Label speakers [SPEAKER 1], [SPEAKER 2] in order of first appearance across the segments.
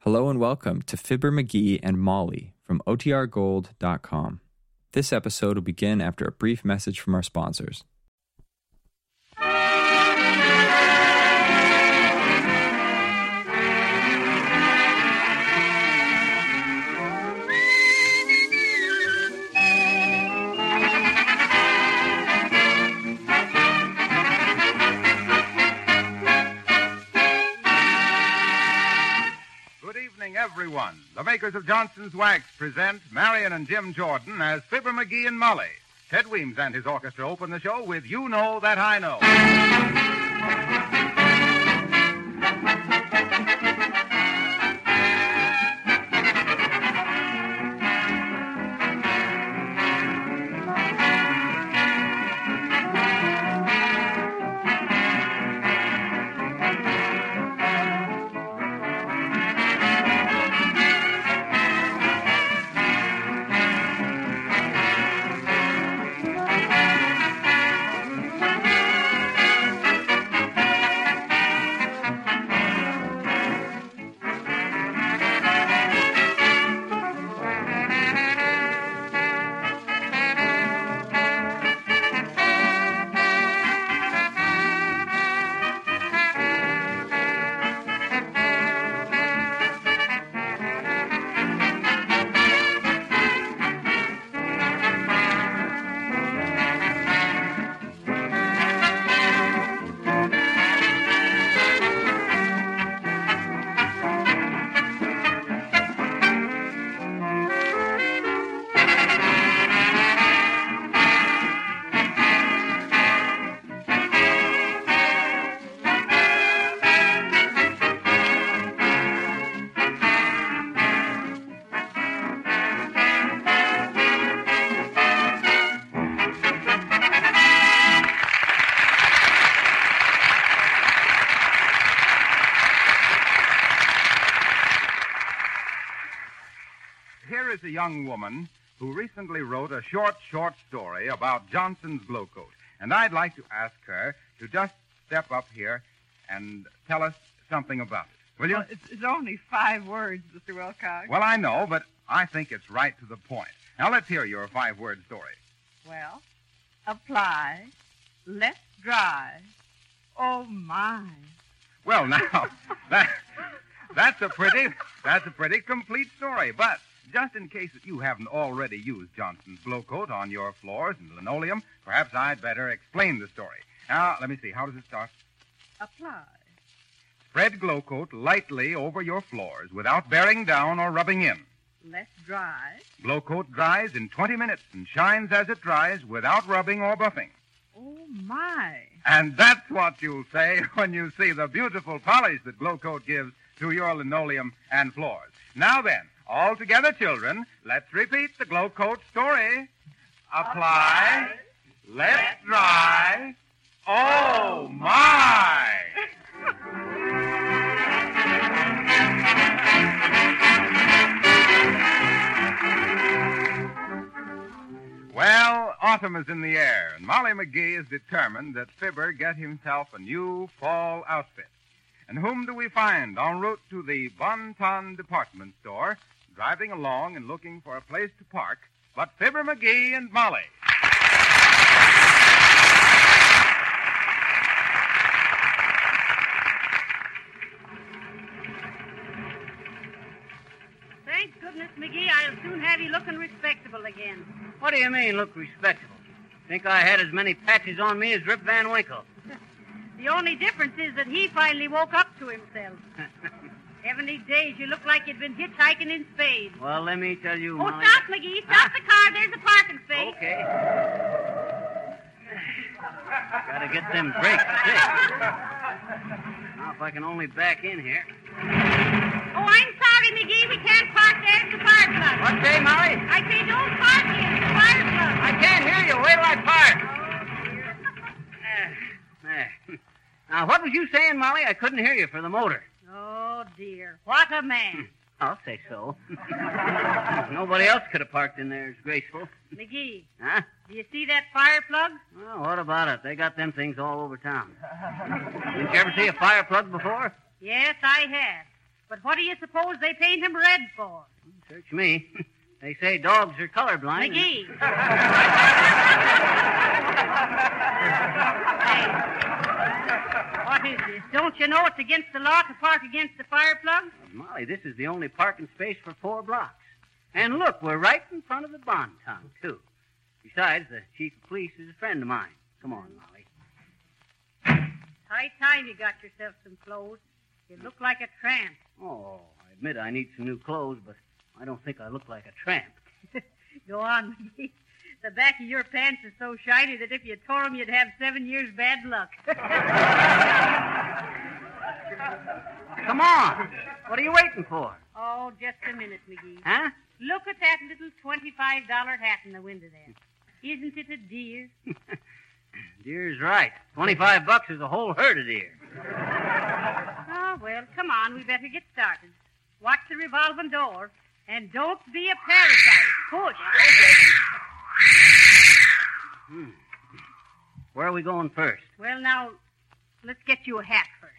[SPEAKER 1] Hello and welcome to Fibber McGee and Molly from OTRGold.com. This episode will begin after a brief message from our sponsors.
[SPEAKER 2] Good evening, everyone. The makers of Johnson's Wax present Marion and Jim Jordan as Fibber McGee and Molly. Ted Weems and his orchestra open the show with You Know That I Know. Here is a young woman who recently wrote a short, short story about Johnson's Glow Coat. And I'd like to ask her to just step up here and tell us something about it. Will you?
[SPEAKER 3] Uh,
[SPEAKER 4] Well, it's, it's only five words, Mr. Wilcox.
[SPEAKER 2] Well, I know, but I think it's right to the point. Now, let's hear your five word story.
[SPEAKER 4] Well, apply, let dry. Oh my!
[SPEAKER 2] Well, now, that, that's a pretty, that's a pretty complete story. But just in case that you haven't already used Johnson's blow coat on your floors and linoleum, perhaps I'd better explain the story. Now, let me see. How does it start?
[SPEAKER 4] Apply.
[SPEAKER 2] Spread glow coat lightly over your floors without bearing down or rubbing in.
[SPEAKER 4] Let dry.
[SPEAKER 2] Glow coat dries in 20 minutes and shines as it dries without rubbing or buffing.
[SPEAKER 4] Oh my!
[SPEAKER 2] And that's what you'll say when you see the beautiful polish that Glow Coat gives to your linoleum and floors. Now then, all together, children, let's repeat the Glow Coat story. Apply, let dry, oh my! Well, autumn is in the air, and Molly McGee is determined that Fibber get himself a new fall outfit. And whom do we find en route to the Bon Ton department store, driving along and looking for a place to park, but Fibber McGee and Molly?
[SPEAKER 5] Thank goodness, McGee, I'll soon have you looking respectable again.
[SPEAKER 6] What do you mean, look respectable? Think I had as many patches on me as Rip Van Winkle.
[SPEAKER 5] The only difference is that he finally woke up to himself. Heavenly days, you look like you'd been hitchhiking in spades.
[SPEAKER 6] well, let me tell you,
[SPEAKER 5] Oh,
[SPEAKER 6] Molly.
[SPEAKER 5] stop, McGee. Stop the car. There's a parking space.
[SPEAKER 6] Okay. Gotta get them brakes fixed. Now, if I can only back in here.
[SPEAKER 5] Oh, I'm sorry, McGee. We can't park there. It's a fire plug.
[SPEAKER 6] What say, Molly?
[SPEAKER 5] I say don't park here. It's a fire plug.
[SPEAKER 6] I can't hear you. Wait till I park.
[SPEAKER 5] Oh, dear. Oh,
[SPEAKER 6] There. There. Eh. Now, what was you saying, Molly? I couldn't hear you for the motor.
[SPEAKER 5] Oh, dear. What a man.
[SPEAKER 6] I'll say so. Nobody else could have parked in there as graceful.
[SPEAKER 5] McGee,
[SPEAKER 6] Huh?
[SPEAKER 5] do you see that fire plug?
[SPEAKER 6] Well, what about it? They got them things all over town. Didn't you ever see a fire plug before?
[SPEAKER 5] Yes, I have. But what do you suppose they paint him red for?
[SPEAKER 6] Search me. They say dogs are colorblind. and-
[SPEAKER 5] McGee. hey, what is this? Don't you know it's against the law to park against the fire plug?
[SPEAKER 6] Molly, this is the only parking space for four blocks. And look, we're right in front of the Bonton, too. Besides, the chief of police is a friend of mine. Come on, Molly.
[SPEAKER 5] High time you got yourself some clothes. You look like a tramp.
[SPEAKER 6] Oh, I admit I need some new clothes, but I don't think I look like a tramp.
[SPEAKER 5] Go on, McGee. The back of your pants is so shiny that if you tore 'em, you'd have seven years bad luck.
[SPEAKER 6] Come on! What are you waiting for?
[SPEAKER 5] oh, just a minute, E. McGee.
[SPEAKER 6] Huh?
[SPEAKER 5] Look at that little $25 hat in the window there. Isn't it a dear?
[SPEAKER 6] Deer's right. Twenty-five bucks is a whole herd of deer.
[SPEAKER 5] Oh, well, come on. We better get started. Watch the revolving door. And don't be a parasite. Push.
[SPEAKER 6] Where are we going first?
[SPEAKER 5] Well, now, let's get you a hat first.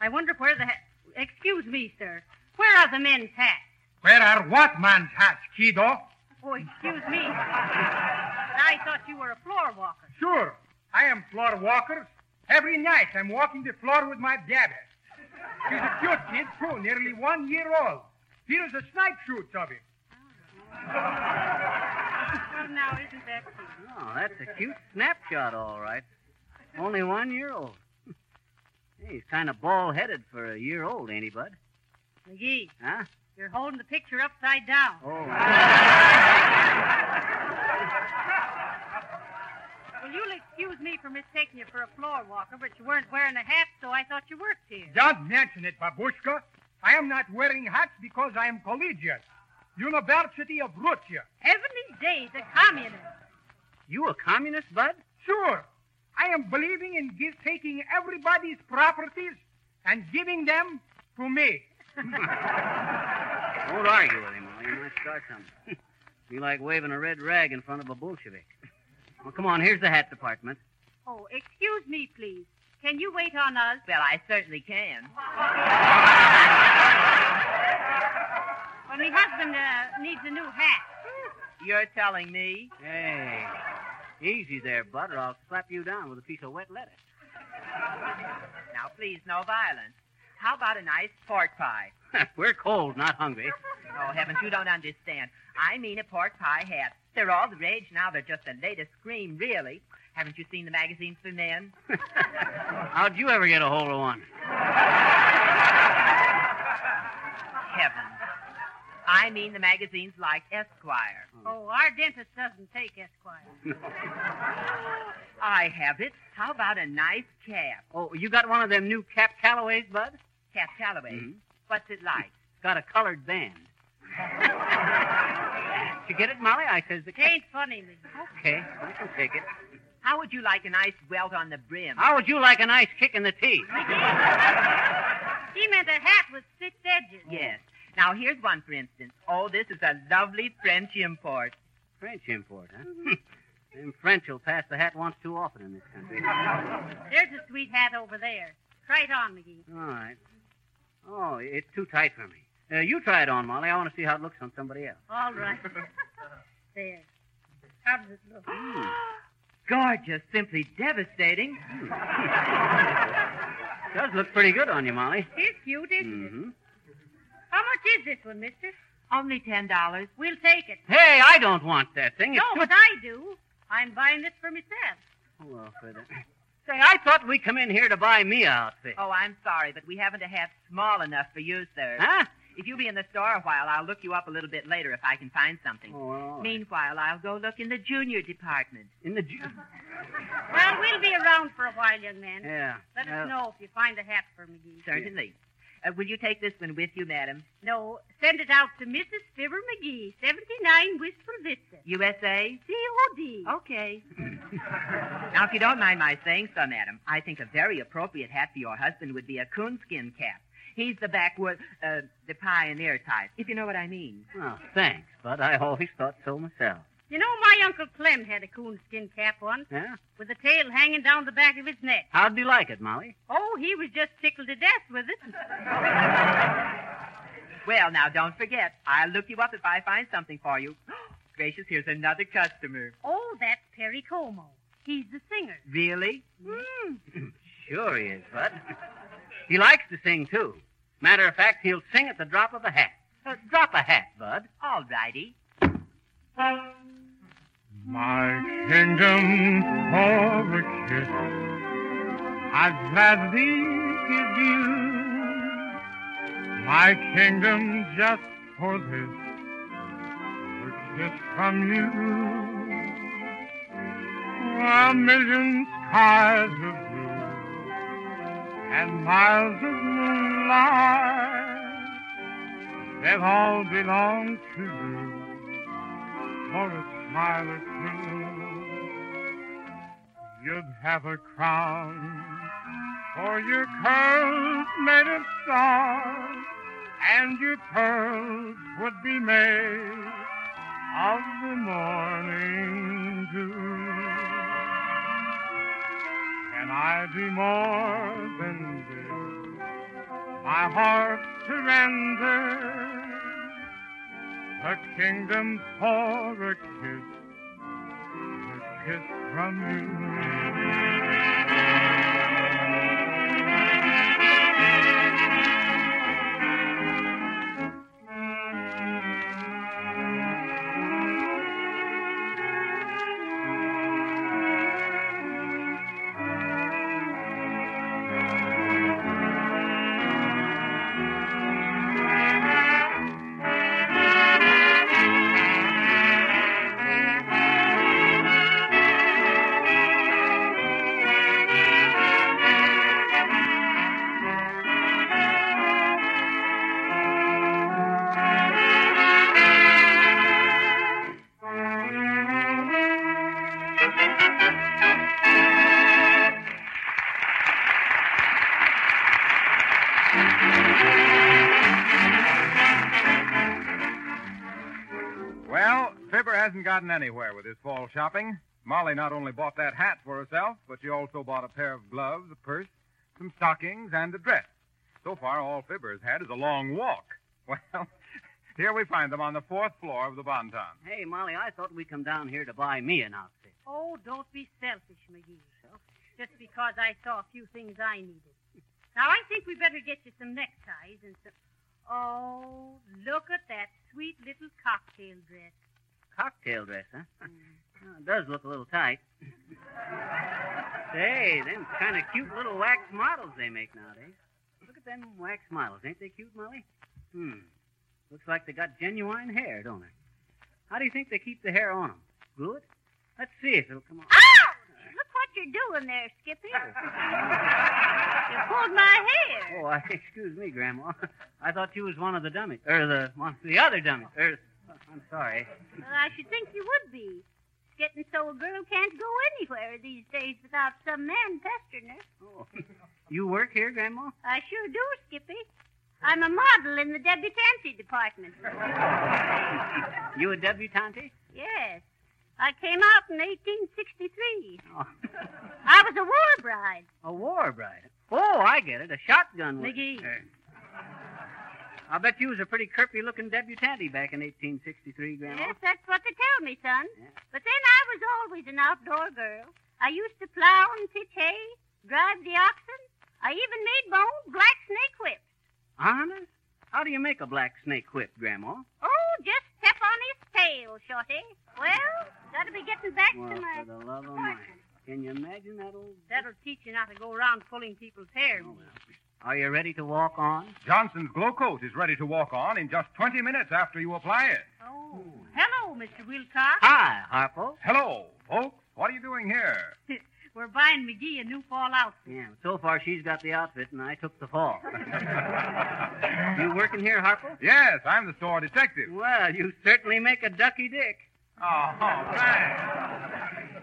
[SPEAKER 5] I wonder where the hat. Excuse me, sir. Where are the men's hats?
[SPEAKER 2] Where are what man's hats, kiddo?
[SPEAKER 5] Oh, excuse me. I thought you were a floor walker.
[SPEAKER 2] Sure. I am floor walker. Every night I'm walking the floor with my daddy. She's a cute kid, too, nearly one year old. Here's a snipe shoot of him.
[SPEAKER 5] Well, now, isn't that cute?
[SPEAKER 6] Oh, that's a cute snapshot, all right. Only one year old. Hey, he's kind of bald headed for a year old, ain't he, Bud?
[SPEAKER 5] McGee,
[SPEAKER 6] Huh?
[SPEAKER 5] you're holding the picture upside down.
[SPEAKER 6] Oh,
[SPEAKER 5] Well, you'll excuse me for mistaking you for a floor walker, but you weren't wearing a hat, so I thought you worked here.
[SPEAKER 2] Don't mention it, babushka. I am not wearing hats because I am collegiate. University of Russia.
[SPEAKER 5] Heavenly days, a communist.
[SPEAKER 6] you a communist, Bud?
[SPEAKER 2] Sure. I am believing in give, taking everybody's properties and giving them to me.
[SPEAKER 6] Don't argue with him, or you might start something. Be like waving a red rag in front of a Bolshevik. Well, come on, here's the hat department.
[SPEAKER 5] Oh, excuse me, please. Can you wait on us?
[SPEAKER 7] Well, I certainly can.
[SPEAKER 5] Well, my husband uh, needs a new hat.
[SPEAKER 7] You're telling me?
[SPEAKER 6] Hey, easy there, Bud, or I'll slap you down with a piece of wet lettuce.
[SPEAKER 7] Now, please, no violence. How about a nice pork pie?
[SPEAKER 6] We're cold, not hungry.
[SPEAKER 7] Oh, heavens, you don't understand. I mean a pork pie hat. They're all the rage now. They're just the latest scream, really. Haven't you seen the magazines for men?
[SPEAKER 6] How'd you ever get a hold of one?
[SPEAKER 7] Heavens. I mean the magazines like Esquire.
[SPEAKER 6] Hmm.
[SPEAKER 5] Oh, our dentist doesn't take Esquire.
[SPEAKER 7] I have it. How about a nice cap?
[SPEAKER 6] Oh, you got one of them new Cap Callaways, Bud?
[SPEAKER 7] Cap Calloway.
[SPEAKER 6] Mhm.
[SPEAKER 7] What's it like?
[SPEAKER 6] It's got a colored band. Did you get it, Molly? I says the
[SPEAKER 5] It ain't funny, McGee.
[SPEAKER 6] Okay, I can take it.
[SPEAKER 7] How would you like a nice welt on the brim?
[SPEAKER 6] How would you like a nice kick in the teeth?
[SPEAKER 5] He meant a hat with six edges.
[SPEAKER 7] Yes. Now, here's one, for instance. Oh, this is a lovely French import.
[SPEAKER 6] French import, huh? Them French will pass the hat once too often in this country.
[SPEAKER 5] There's a sweet hat over there. Try it on, McGee.
[SPEAKER 6] All right. Oh, it's too tight for me. Uh, you try it on, Molly. I want to see how it looks on somebody else.
[SPEAKER 5] All right. there. How does it look?
[SPEAKER 6] Hmm.
[SPEAKER 7] Gorgeous, simply devastating.
[SPEAKER 6] Hmm. Does look pretty good on you, Molly.
[SPEAKER 5] It's cute, isn't it?
[SPEAKER 6] Mm-hmm.
[SPEAKER 5] How much is this one, mister?
[SPEAKER 7] Hmm. Only ten dollars.
[SPEAKER 5] We'll take it.
[SPEAKER 6] Hey, I don't want that thing. It's
[SPEAKER 5] No,
[SPEAKER 6] too...
[SPEAKER 5] but I do. I'm buying this for myself.
[SPEAKER 6] Well, for the... Say, I thought we'd come in here to buy me a outfit.
[SPEAKER 7] Oh, I'm sorry, but we haven't a hat small enough for you, sir.
[SPEAKER 6] Huh?
[SPEAKER 7] If you'll be in the store a while, I'll look you up a little bit later if I can find something.
[SPEAKER 6] Oh, all right.
[SPEAKER 7] Meanwhile, I'll go look in the junior department.
[SPEAKER 6] In the... ju-
[SPEAKER 5] Well, we'll be around for a while, young man.
[SPEAKER 6] Yeah.
[SPEAKER 5] Let
[SPEAKER 6] yeah.
[SPEAKER 5] us know if you find a hat for McGee.
[SPEAKER 7] Certainly. Uh, will you take this one with you, madam?
[SPEAKER 5] No, send it out to Mrs. Fibber McGee, 79 Wistful Vista.
[SPEAKER 7] USA?
[SPEAKER 5] C.O.D.
[SPEAKER 7] Okay. now, if you don't mind my saying so, madam, I think a very appropriate hat for your husband would be a coonskin cap. He's the backwood, uh, the pioneer type, if you know what I mean.
[SPEAKER 6] Oh, thanks, but I always thought so myself.
[SPEAKER 5] You know, my Uncle Clem had a coonskin cap once,
[SPEAKER 6] Yeah?
[SPEAKER 5] with the tail hanging down the back of his neck.
[SPEAKER 6] How'd you like it, Molly?
[SPEAKER 5] Oh, he was just tickled to death with it.
[SPEAKER 7] Well, now don't forget, I'll look you up if I find something for you. Gracious, here's another customer.
[SPEAKER 5] Oh, that's Perry Como. He's the singer.
[SPEAKER 7] Really?
[SPEAKER 5] Mm.
[SPEAKER 6] Sure he is, Bud. He likes to sing, too. Matter of fact, he'll sing at the drop of a hat. Uh, drop a hat, Bud.
[SPEAKER 7] All righty.
[SPEAKER 4] My kingdom for a kiss, I'd gladly give you. My kingdom just for this, a kiss from you. A million skies of blue, and miles of moonlight, that all belong to you for a smile or two. You'd have a crown for your curls made of stars, and your pearls would be made of the morning dew. Can I do more than this? My heart surrender a kingdom for a kiss, a kiss from you.
[SPEAKER 2] Well, Fibber hasn't gotten anywhere with his fall shopping. Molly not only bought that hat for herself, but she also bought a pair of gloves, a purse, some stockings, and a dress. So far, all Fibber's had is a long walk. Well, here we find them on the fourth floor of the Bon Ton.
[SPEAKER 6] Hey, Molly, I thought we'd come down here to buy me an outfit.
[SPEAKER 5] Oh, don't be selfish, McGee. Just because I saw a few things I needed. Now, I think we better get you some neckties and some. Oh, look at that sweet little cocktail dress.
[SPEAKER 6] Cocktail dress, huh? Oh, it does look a little tight. Say, them kind of cute little wax models they make nowadays. Look at them wax models. Ain't they cute, Molly? Hmm. Looks like they got genuine hair, don't they? How do you think they keep the hair on them? Glue it? Let's see if it'll come off.
[SPEAKER 5] Ow! Look what you're doing there, Skippy. You pulled my hair.
[SPEAKER 6] Oh, I, excuse me, Grandma. I thought you was one of the dummies, or the one, the other dummies. Or, I'm sorry.
[SPEAKER 5] Well, I should think you would be. It's getting so a girl can't go anywhere these days without some man pestering her.
[SPEAKER 6] Oh. You work here, Grandma?
[SPEAKER 5] I sure do, Skippy. I'm a model in the debutante department.
[SPEAKER 6] You a debutante?
[SPEAKER 5] Yes. I came out in 1863.
[SPEAKER 6] Oh.
[SPEAKER 5] I was a war bride.
[SPEAKER 6] A war bride. Oh, I get it. A shotgun. was-
[SPEAKER 5] McGee.
[SPEAKER 6] Er, I bet you was a pretty kirpy-looking debutante back in 1863, Grandma.
[SPEAKER 5] Yes, that's what they tell me, son.
[SPEAKER 6] Yeah.
[SPEAKER 5] But then I was always an outdoor girl. I used to plow and pitch hay, drive the oxen. I even made my own black snake whip.
[SPEAKER 6] Honest? How do you make a black snake whip, Grandma?
[SPEAKER 5] Oh, just step on his tail, Shorty. Well, gotta be getting back
[SPEAKER 6] Well, uh,
[SPEAKER 5] to
[SPEAKER 6] for
[SPEAKER 5] my.
[SPEAKER 6] the love of mine. Can you imagine that old...
[SPEAKER 5] That'll teach you not to go around pulling people's hair.
[SPEAKER 6] Oh, well. Are you ready to walk on?
[SPEAKER 2] Johnson's glow coat is ready to walk on in just 20 minutes after you apply it.
[SPEAKER 5] Oh. Hello, Mr. Wilcox.
[SPEAKER 6] Hmm. Hi, Harpo.
[SPEAKER 2] Hello, folks. What are you doing here?
[SPEAKER 5] We're buying McGee a new fall outfit.
[SPEAKER 6] Yeah, so far she's got the outfit and I took the fall. you working here, Harpo?
[SPEAKER 2] Yes, I'm the store detective.
[SPEAKER 6] Well, you certainly make a ducky dick.
[SPEAKER 2] Oh, thanks.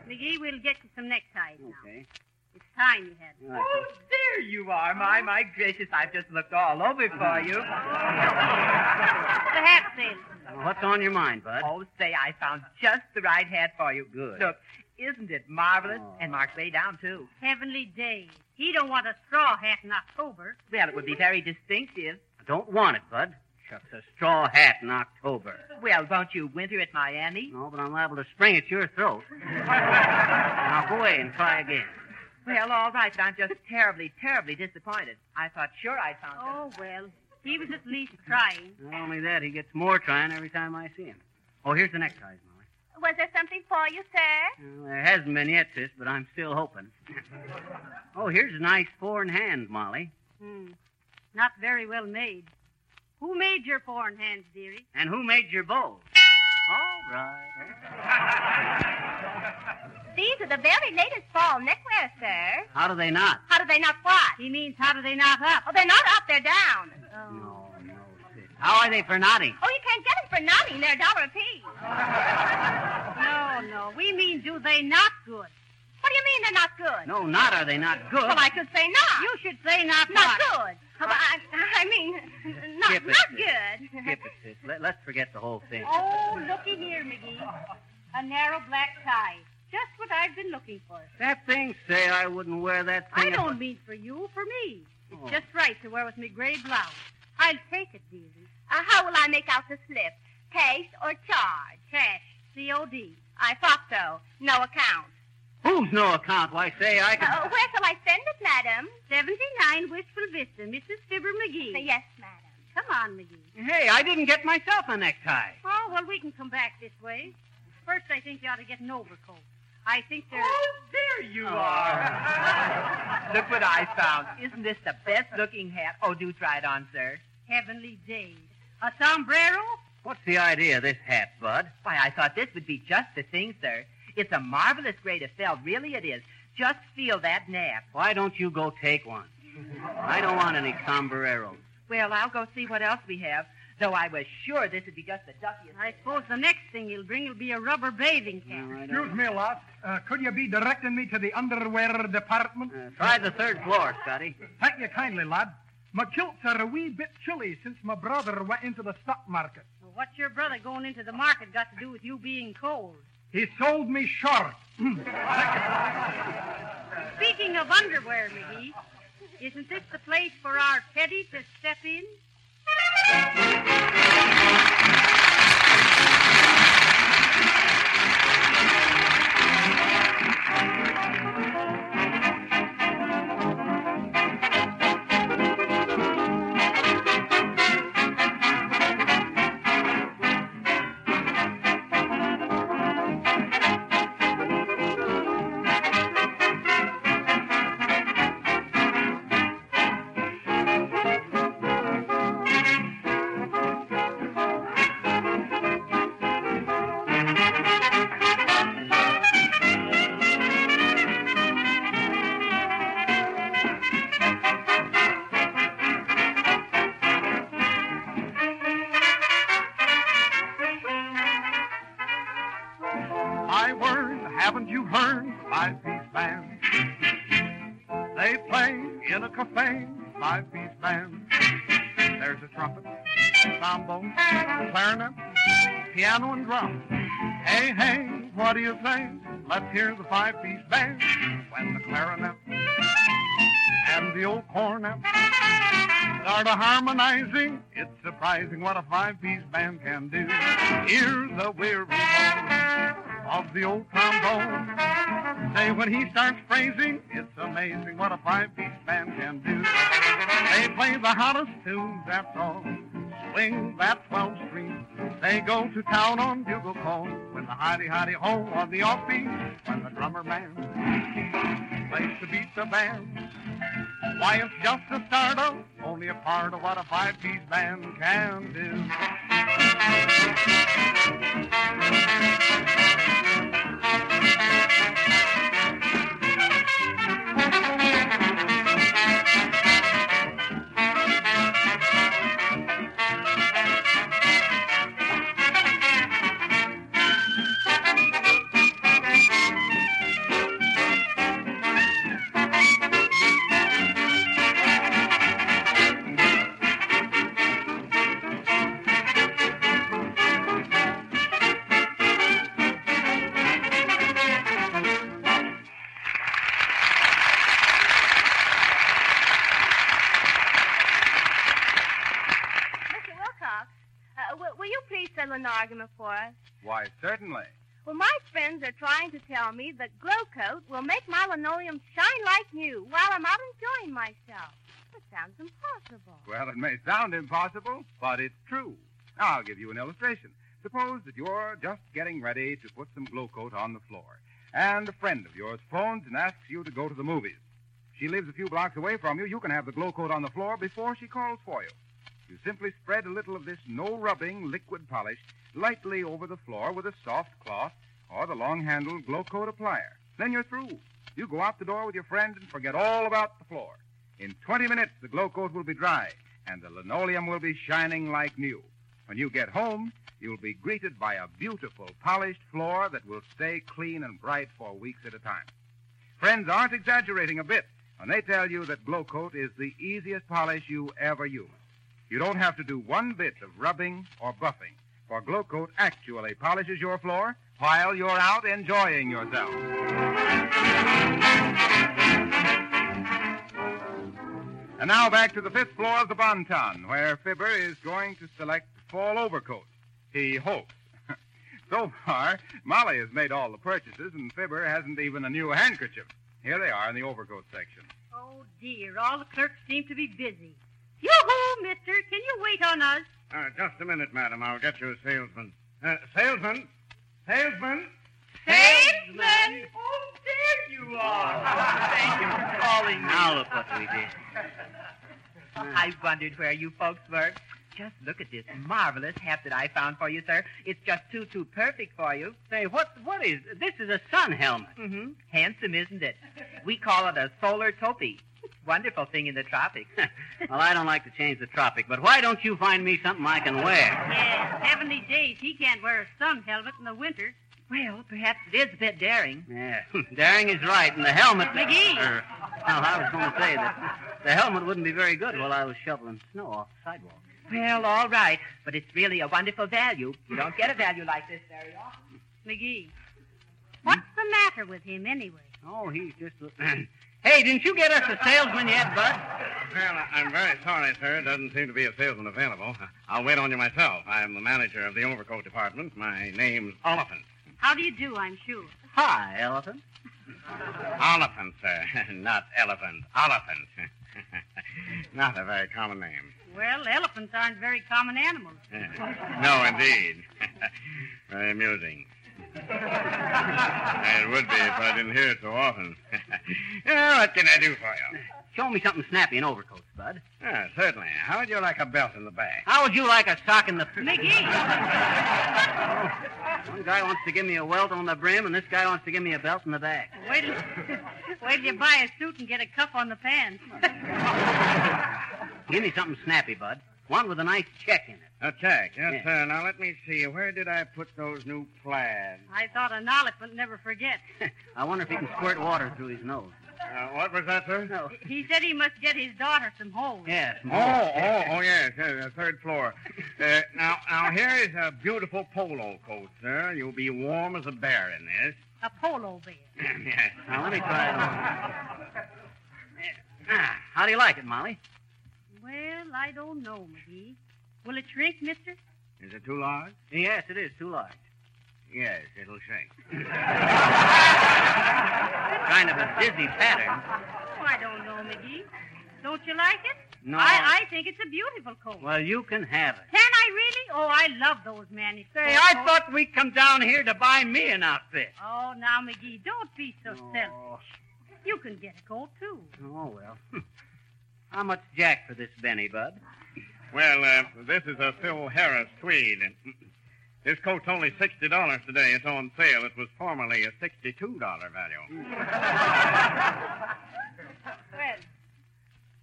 [SPEAKER 5] McGee, we'll get you some neckties now.
[SPEAKER 6] Okay.
[SPEAKER 5] It's time you had.
[SPEAKER 6] All
[SPEAKER 7] Oh,
[SPEAKER 6] right.
[SPEAKER 7] there you are. My, my gracious, I've just looked all over for you.
[SPEAKER 5] The hat salesman.
[SPEAKER 6] Now, what's on your mind, Bud?
[SPEAKER 7] Oh, say, I found just the right hat for you.
[SPEAKER 6] Good.
[SPEAKER 7] Look, isn't it marvelous?
[SPEAKER 6] Oh.
[SPEAKER 7] And marked way down, too.
[SPEAKER 5] Heavenly days. He don't want a straw hat in October.
[SPEAKER 7] Well, it would be very distinctive.
[SPEAKER 6] I don't want it, Bud. shucks, a straw hat in October.
[SPEAKER 7] Well, won't you winter at Miami?
[SPEAKER 6] No, but I'm liable to spring at your throat. now go away and try again.
[SPEAKER 7] Well, all right, but I'm just terribly, terribly disappointed. I thought sure I found some-
[SPEAKER 5] Oh, well, he was at least trying.
[SPEAKER 6] Not only that, he gets more trying every time I see him. Oh, here's the neckties, Molly.
[SPEAKER 8] Was there something for you, sir?
[SPEAKER 2] Mm.
[SPEAKER 6] Well, there hasn't been yet, sis, but I'm still hoping. oh, here's a nice four in hand, Molly.
[SPEAKER 5] Hmm. Not very well made. Who made your four in hands, dearie?
[SPEAKER 6] And who made your bow?
[SPEAKER 8] Oh.
[SPEAKER 6] All right.
[SPEAKER 8] These are the very latest fall neckwear, sir.
[SPEAKER 6] How do they not?
[SPEAKER 8] How do they not what?
[SPEAKER 5] He means how do they not up?
[SPEAKER 8] Oh, they're not up, they're down.
[SPEAKER 6] No, no, sis. How are they for naughty?
[SPEAKER 8] Oh, you can't get 'em for nothing. They're a dollar apiece.
[SPEAKER 5] No, no. We mean do they not good?
[SPEAKER 8] What do you mean they're not good?
[SPEAKER 6] No, not are they not good.
[SPEAKER 8] Well, I could say not.
[SPEAKER 5] You should say not
[SPEAKER 8] not
[SPEAKER 5] what.
[SPEAKER 8] good. Oh, I, I mean, not,
[SPEAKER 6] Skip it,
[SPEAKER 8] not
[SPEAKER 6] sis.
[SPEAKER 8] good.
[SPEAKER 6] Skip it, sis. Let, let's forget the whole thing.
[SPEAKER 5] Oh, looky here, McGee. A narrow black tie. Just what I've been looking for.
[SPEAKER 6] That thing say I wouldn't wear that
[SPEAKER 5] I
[SPEAKER 6] thing. if
[SPEAKER 5] don't mean for you, for me. It's
[SPEAKER 6] Oh.
[SPEAKER 5] just right to wear with me gray blouse. I'll take it, dearie.
[SPEAKER 8] Uh, how will I make out the slip? Cash or charge?
[SPEAKER 5] Cash. C.O.D.
[SPEAKER 8] I thought so. No account.
[SPEAKER 6] Who's no account? Why say I could.
[SPEAKER 5] Oh.
[SPEAKER 8] Uh, where shall I send it, madam?
[SPEAKER 5] 79 Wistful Vista, Mrs. Fibber McGee.
[SPEAKER 8] Uh, yes, madam.
[SPEAKER 5] Come on, McGee.
[SPEAKER 6] Hey, I didn't get myself a necktie.
[SPEAKER 5] Oh, well, we can come back this way. First, I think you ought to get an overcoat. I think there's...
[SPEAKER 7] there you are. Look what I found. Isn't this the best looking hat? Oh, do try it on, sir.
[SPEAKER 5] Heavenly days. A sombrero?
[SPEAKER 6] What's the idea of this hat, Bud?
[SPEAKER 7] Why, I thought this would be just the thing, sir. It's a marvelous grade of felt, really it is. Just feel that nap.
[SPEAKER 6] Why don't you go take one? I don't want any sombreros.
[SPEAKER 7] Well, I'll go see what else we have, though I was sure this would be just the duckiest.
[SPEAKER 5] I suppose the next thing he'll bring will be a rubber bathing cap.
[SPEAKER 6] No, I don't-
[SPEAKER 9] Excuse me a lot. Uh, could you be directing me to the underwear department?
[SPEAKER 6] Uh, try the third floor, Scotty.
[SPEAKER 9] Thank you kindly, lad. My kilts are a wee bit chilly since my brother went into the stock market.
[SPEAKER 5] Well, what's your brother going into the market got to do with you being cold?
[SPEAKER 9] He sold me short.
[SPEAKER 5] Speaking of underwear, McGee, isn't this the place for our Teddy to step in?
[SPEAKER 3] My word, haven't you heard? Five piece band. They play in a cafe, five piece band. There's a trumpet, trombone, clarinet, piano, and drum. Hey, hey, what do you say? Let's hear the five piece band when the clarinet and the old cornet start a harmonizing. It's surprising what a five piece band can do. Here's a weary voice of the old trombone. Say, when he starts phrasing, it's amazing what a five-piece band can do. They play the hottest tunes, that's all. Swing that 12-string. They go to town on bugle calls when the hotty hotty ho on the offbeat when the drummer man plays to beat the band. Why, it's just a start of, only a part of what a five-piece band can do.
[SPEAKER 8] uh, will you please settle an argument for us?
[SPEAKER 2] Why, certainly.
[SPEAKER 8] Well, my friends are trying to tell me that Glow Coat will make my linoleum shine like new while I'm out enjoying myself. That sounds impossible.
[SPEAKER 2] Well, it may sound impossible, but it's true. Now, I'll give you an illustration. Suppose that you're just getting ready to put some glow coat on the floor, and a friend of yours phones and asks you to go to the movies. She lives a few blocks away from you. You can have the glow coat on the floor before she calls for you. You simply spread a little of this no rubbing liquid polish lightly over the floor with a soft cloth or the long handled glow coat applier. Then you're through. You go out the door with your friend and forget all about the floor. In 20 minutes, the glow coat will be dry, and the linoleum will be shining like new. When you get home, you'll be greeted by a beautiful, polished floor that will stay clean and bright for weeks at a time. Friends aren't exaggerating a bit when they tell you that Glow Coat is the easiest polish you ever use. You don't have to do one bit of rubbing or buffing, for Glow Coat actually polishes your floor while you're out enjoying yourself. And now back to the fifth floor of the Bonton, where Fibber is going to select the fall overcoat. He hopes. so far, Molly has made all the purchases, and Fibber hasn't even a new handkerchief. Here they are in the overcoat section.
[SPEAKER 5] Oh, dear. All the clerks seem to be busy. Yoo-hoo, mister. Can you wait on us?
[SPEAKER 10] Uh, just a minute, madam. I'll get you a salesman. Uh, salesman? Salesman?
[SPEAKER 4] Salesman! Oh, there you are.
[SPEAKER 7] Thank you for calling me.
[SPEAKER 6] Now look what we did.
[SPEAKER 7] I wondered where you folks were. Just look at this marvelous hat that I found for you, sir. It's just too, too perfect for you.
[SPEAKER 6] Say, what? What is this? Is a sun helmet?
[SPEAKER 7] Mm-hmm. Handsome, isn't it? We call it a solar topi. Wonderful thing in the tropics.
[SPEAKER 6] well, I don't like to change the topic, but why don't you find me something I can wear?
[SPEAKER 5] Yeah, 70 days. He can't wear a sun helmet in the winter.
[SPEAKER 7] Well, perhaps it is a bit daring.
[SPEAKER 6] Yeah, daring is right, and the helmet.
[SPEAKER 5] McGee.
[SPEAKER 6] Er, well, I was going to say that the helmet wouldn't be very good while I was shoveling snow off the sidewalk.
[SPEAKER 7] Well, all right, but it's really a wonderful value. You don't get a value like this very often.
[SPEAKER 5] McGee. What's the matter with him, anyway?
[SPEAKER 6] Oh, he's just. a- hey, didn't you get us a salesman yet, Bud?
[SPEAKER 10] Well, I- I'm very sorry, sir. It doesn't seem to be a salesman available. I'll wait on you myself. I'm the manager of the overcoat department. My name's Oliphant.
[SPEAKER 5] How do you do, I'm sure?
[SPEAKER 6] Hi, elephant.
[SPEAKER 10] Oliphant, sir. Not elephant. Oliphant. Not a very common name.
[SPEAKER 5] Well, elephants aren't very common animals.
[SPEAKER 10] no, indeed. very amusing. it would be if I didn't hear it so often. Yeah, what can I do for you?
[SPEAKER 6] Show me something snappy in overcoats, Bud.
[SPEAKER 10] Ah, certainly. How would you like a belt in the back?
[SPEAKER 6] How would you like a sock in the
[SPEAKER 5] McGee.
[SPEAKER 6] One guy wants to give me a welt on the brim, and this guy wants to give me a belt in the back.
[SPEAKER 5] Wait till, wait till you buy a suit and get a cuff on the pants.
[SPEAKER 6] Give me something snappy, Bud. One with a nice check in it.
[SPEAKER 10] A check, yes,
[SPEAKER 6] Yeah.
[SPEAKER 10] sir. Now let me see. Where did I put those new plaids?
[SPEAKER 5] I thought an elephant never forgets.
[SPEAKER 6] I wonder if he can squirt water through his nose.
[SPEAKER 10] Uh, what was that, sir?
[SPEAKER 6] No.
[SPEAKER 5] He said he must get his daughter some holes.
[SPEAKER 6] Yes.
[SPEAKER 10] Oh, oh, oh, yes, yes, the third floor. Uh, now, now here is a beautiful polo coat, sir. You'll be warm as a bear in this.
[SPEAKER 5] A polo bear.
[SPEAKER 10] yes.
[SPEAKER 6] Now, let me try it on. Ah, How do you like it, Molly?
[SPEAKER 5] Well, I don't know, McGee. Will it shrink, mister?
[SPEAKER 10] Is it too large?
[SPEAKER 6] Yes, it is too large.
[SPEAKER 10] Yes, it'll shrink.
[SPEAKER 6] Kind of a busy pattern.
[SPEAKER 5] Oh, I don't know, McGee. Don't you like it?
[SPEAKER 6] No.
[SPEAKER 5] I, I think it's a beautiful coat.
[SPEAKER 6] Well, you can have it.
[SPEAKER 5] Can I really? Oh, I love those managed
[SPEAKER 6] Say,
[SPEAKER 5] coats.
[SPEAKER 6] I thought we'd come down here to buy me an outfit.
[SPEAKER 5] Oh, now, McGee, don't be so silly. You can get a coat, too.
[SPEAKER 6] Oh, well. How much jack for this Benny, Bud?
[SPEAKER 10] Well, uh, this is a Phil Harris tweed. This coat's only $60 today. It's on sale. It was formerly a $62 value.
[SPEAKER 5] Well,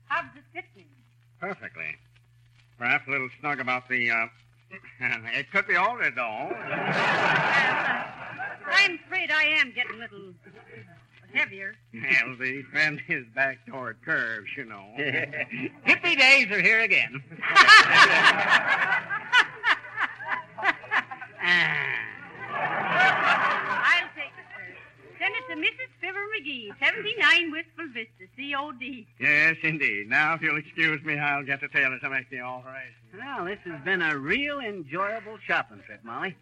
[SPEAKER 5] how does it fit me?
[SPEAKER 10] Perfectly. Perhaps a little snug about the, uh... it could be altered, though.
[SPEAKER 5] I'm afraid I am getting a little heavier.
[SPEAKER 10] Well, the trend is back toward curves, you know.
[SPEAKER 6] Hippie days are here again.
[SPEAKER 5] I'll take it, sir. Send it to Mrs. Fibber McGee, 79 Wistful Vista, C. G-O-D.
[SPEAKER 10] Yes, indeed. Now, if you'll excuse me, I'll get the tailor to make the alteration.
[SPEAKER 6] Well, this has been a real enjoyable shopping trip, Molly.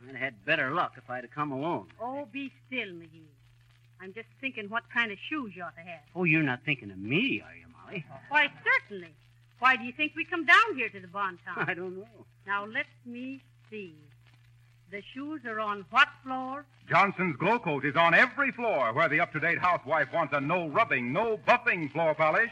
[SPEAKER 6] I'd have had better luck if I'd have come alone.
[SPEAKER 5] Oh, be still, McGee. I'm just thinking what kind of shoes you ought to have.
[SPEAKER 6] Oh, you're not thinking of me, are you, Molly?
[SPEAKER 5] Why, certainly. Why do you think we come down here to the Bon Ton?
[SPEAKER 6] I don't know.
[SPEAKER 5] Now, let me see. The shoes are on what floor?
[SPEAKER 2] Johnson's Glow Coat is on every floor where the up to date housewife wants a no rubbing, no buffing floor polish.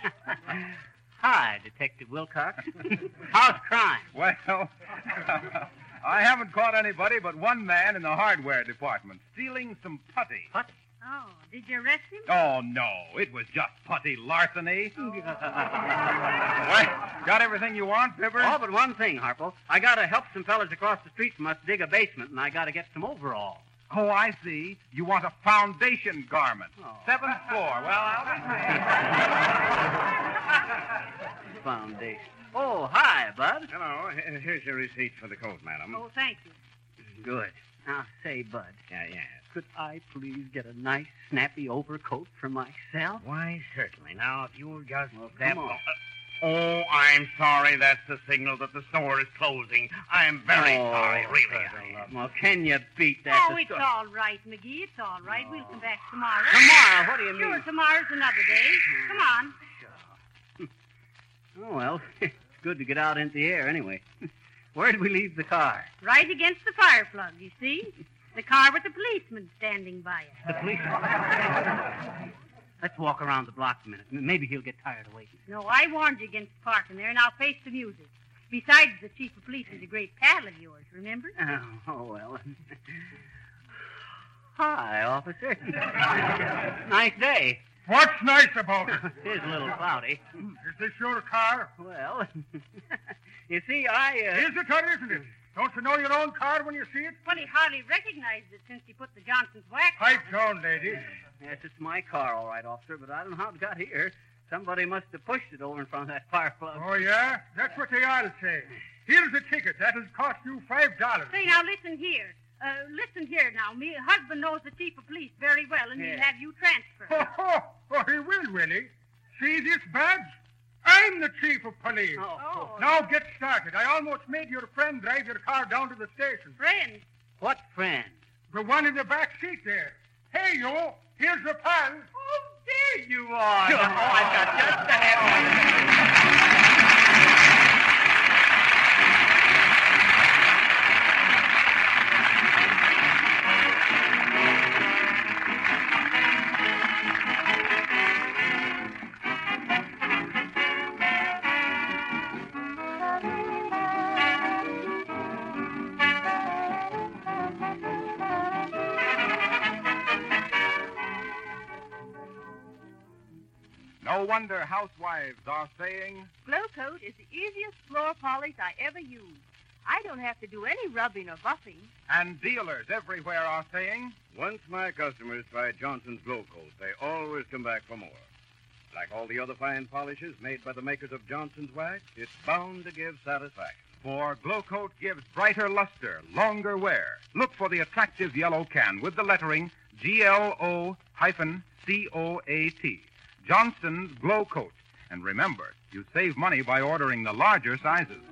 [SPEAKER 6] Hi, Detective Wilcox. How's crime?
[SPEAKER 2] Well, I haven't caught anybody but one man in the hardware department stealing some putty.
[SPEAKER 6] Putty?
[SPEAKER 5] Oh, did you arrest him?
[SPEAKER 2] Oh, no. It was just putty larceny. well, got everything you want, Pipper?
[SPEAKER 6] All Oh, but one thing, Harpo. I gotta help some fellas across the street from us dig a basement, and I gotta get some overalls.
[SPEAKER 2] Oh, I see. You want a foundation garment.
[SPEAKER 6] Oh.
[SPEAKER 2] Seventh floor. Well, I'll be
[SPEAKER 6] Foundation. Oh, hi, Bud.
[SPEAKER 10] Hello. H- Here's your receipt for the coat,
[SPEAKER 6] Mm.
[SPEAKER 10] madam.
[SPEAKER 5] Oh, thank you.
[SPEAKER 6] Good. Now, say, Bud,
[SPEAKER 10] Yeah, yeah.
[SPEAKER 6] could I please get a nice, snappy overcoat for myself?
[SPEAKER 10] Why, certainly. Now, if you'll just
[SPEAKER 6] Well,
[SPEAKER 10] step
[SPEAKER 6] come on.
[SPEAKER 10] o- Oh, I'm sorry. That's the signal that the store is closing. I'm very
[SPEAKER 6] Oh,
[SPEAKER 10] sorry, really.
[SPEAKER 6] Bud,
[SPEAKER 10] I
[SPEAKER 6] I
[SPEAKER 10] am.
[SPEAKER 6] love- Well, can you beat that?
[SPEAKER 5] oh,
[SPEAKER 6] The
[SPEAKER 5] it's
[SPEAKER 6] store-
[SPEAKER 5] all right, McGee. It's all right. We'll come back tomorrow.
[SPEAKER 6] Tomorrow, Uh, what do you
[SPEAKER 5] Sure,
[SPEAKER 6] mean?
[SPEAKER 5] tomorrow's another day. Come on.
[SPEAKER 6] Oh, well, it's good to get out into the air anyway. Where'd we leave the car?
[SPEAKER 5] Right against the fire plug, you see? The car with the policeman standing by it.
[SPEAKER 6] The police. Let's walk around the block a minute. M- Maybe he'll get tired of waiting.
[SPEAKER 5] No, I warned you against parking there, and I'll face the music. Besides, the chief of police is a great pal of yours, remember?
[SPEAKER 6] Oh, oh well. Hi, officer. nice day.
[SPEAKER 9] What's nice about it?
[SPEAKER 6] It is a little cloudy.
[SPEAKER 9] Is this your car?
[SPEAKER 6] Well, you see, I. Uh...
[SPEAKER 9] Is it or isn't it? Don't you know your own car when you see it?
[SPEAKER 5] Well, he hardly recognized it since he put the Johnson's wax.
[SPEAKER 9] Pipe down, lady.
[SPEAKER 6] Yes, it's my car, all right, officer, but I don't know how it got here. Somebody must have pushed it over in front of that fire plug.
[SPEAKER 9] Oh, yeah? That's what they all say. Here's a ticket. That'll cost you five dollars.
[SPEAKER 5] Say, now listen here. Uh, listen here now. Me husband knows the chief of police very well, and he'll
[SPEAKER 6] Yeah.
[SPEAKER 5] have you transferred.
[SPEAKER 9] Oh, oh, oh, he will, Willie. See this badge? I'm the chief of police.
[SPEAKER 5] Oh,
[SPEAKER 9] Now get started. I almost made your friend drive your car down to the station.
[SPEAKER 5] friend.
[SPEAKER 6] What friend?
[SPEAKER 9] The one in the back seat there. Hey, you. Here's your pal.
[SPEAKER 6] Oh, there you are. Oh, I've got just the half.
[SPEAKER 2] No wonder housewives are saying.
[SPEAKER 8] Glow Coat is the easiest floor polish I ever used. I don't have to do any rubbing or buffing.
[SPEAKER 2] And dealers everywhere are saying.
[SPEAKER 10] Once my customers try Johnson's Glow Coat, they always come back for more. Like all the other fine polishes made by the makers of Johnson's Wax, it's bound to give satisfaction.
[SPEAKER 2] For Glow Coat gives brighter luster, longer wear. Look for the attractive yellow can with the lettering G L O hyphen C O A T. Johnson's Glow Coat. And remember, you save money by ordering the larger sizes.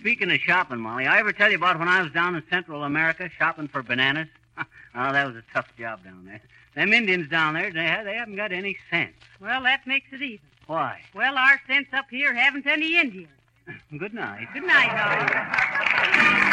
[SPEAKER 6] Speaking of shopping, Molly, I ever tell you about when I was down in Central America shopping for bananas? oh, that was a tough job down there. Them Indians down there, they, ha- they haven't got any sense.
[SPEAKER 5] Well, that makes it even.
[SPEAKER 6] Why?
[SPEAKER 5] Well, our sense up here haven't any Indians.
[SPEAKER 6] Good night.
[SPEAKER 5] Good night, all.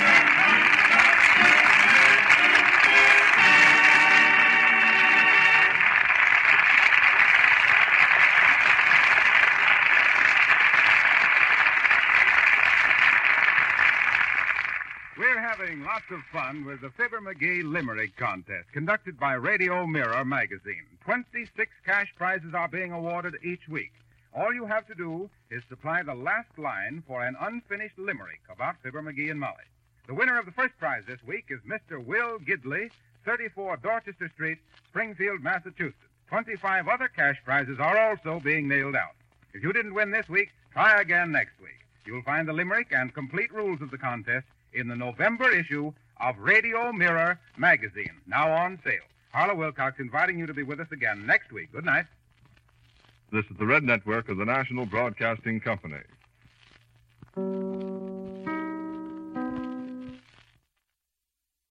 [SPEAKER 2] We're having lots of fun with the Fibber McGee Limerick Contest, conducted by Radio Mirror Magazine. 26 cash prizes are being awarded each week. All you have to do is supply the last line for an unfinished limerick about Fibber McGee and Molly. The winner of the first prize this week is Mr. Will Gidley, 34 Dorchester Street, Springfield, Massachusetts. 25 other cash prizes are also being nailed out. If you didn't win this week, try again next week. You'll find the limerick and complete rules of the contest in the November issue of Radio Mirror magazine, now on sale. Harlow Wilcox inviting you to be with us again next week. Good night.
[SPEAKER 11] This is the Red Network of the National Broadcasting Company.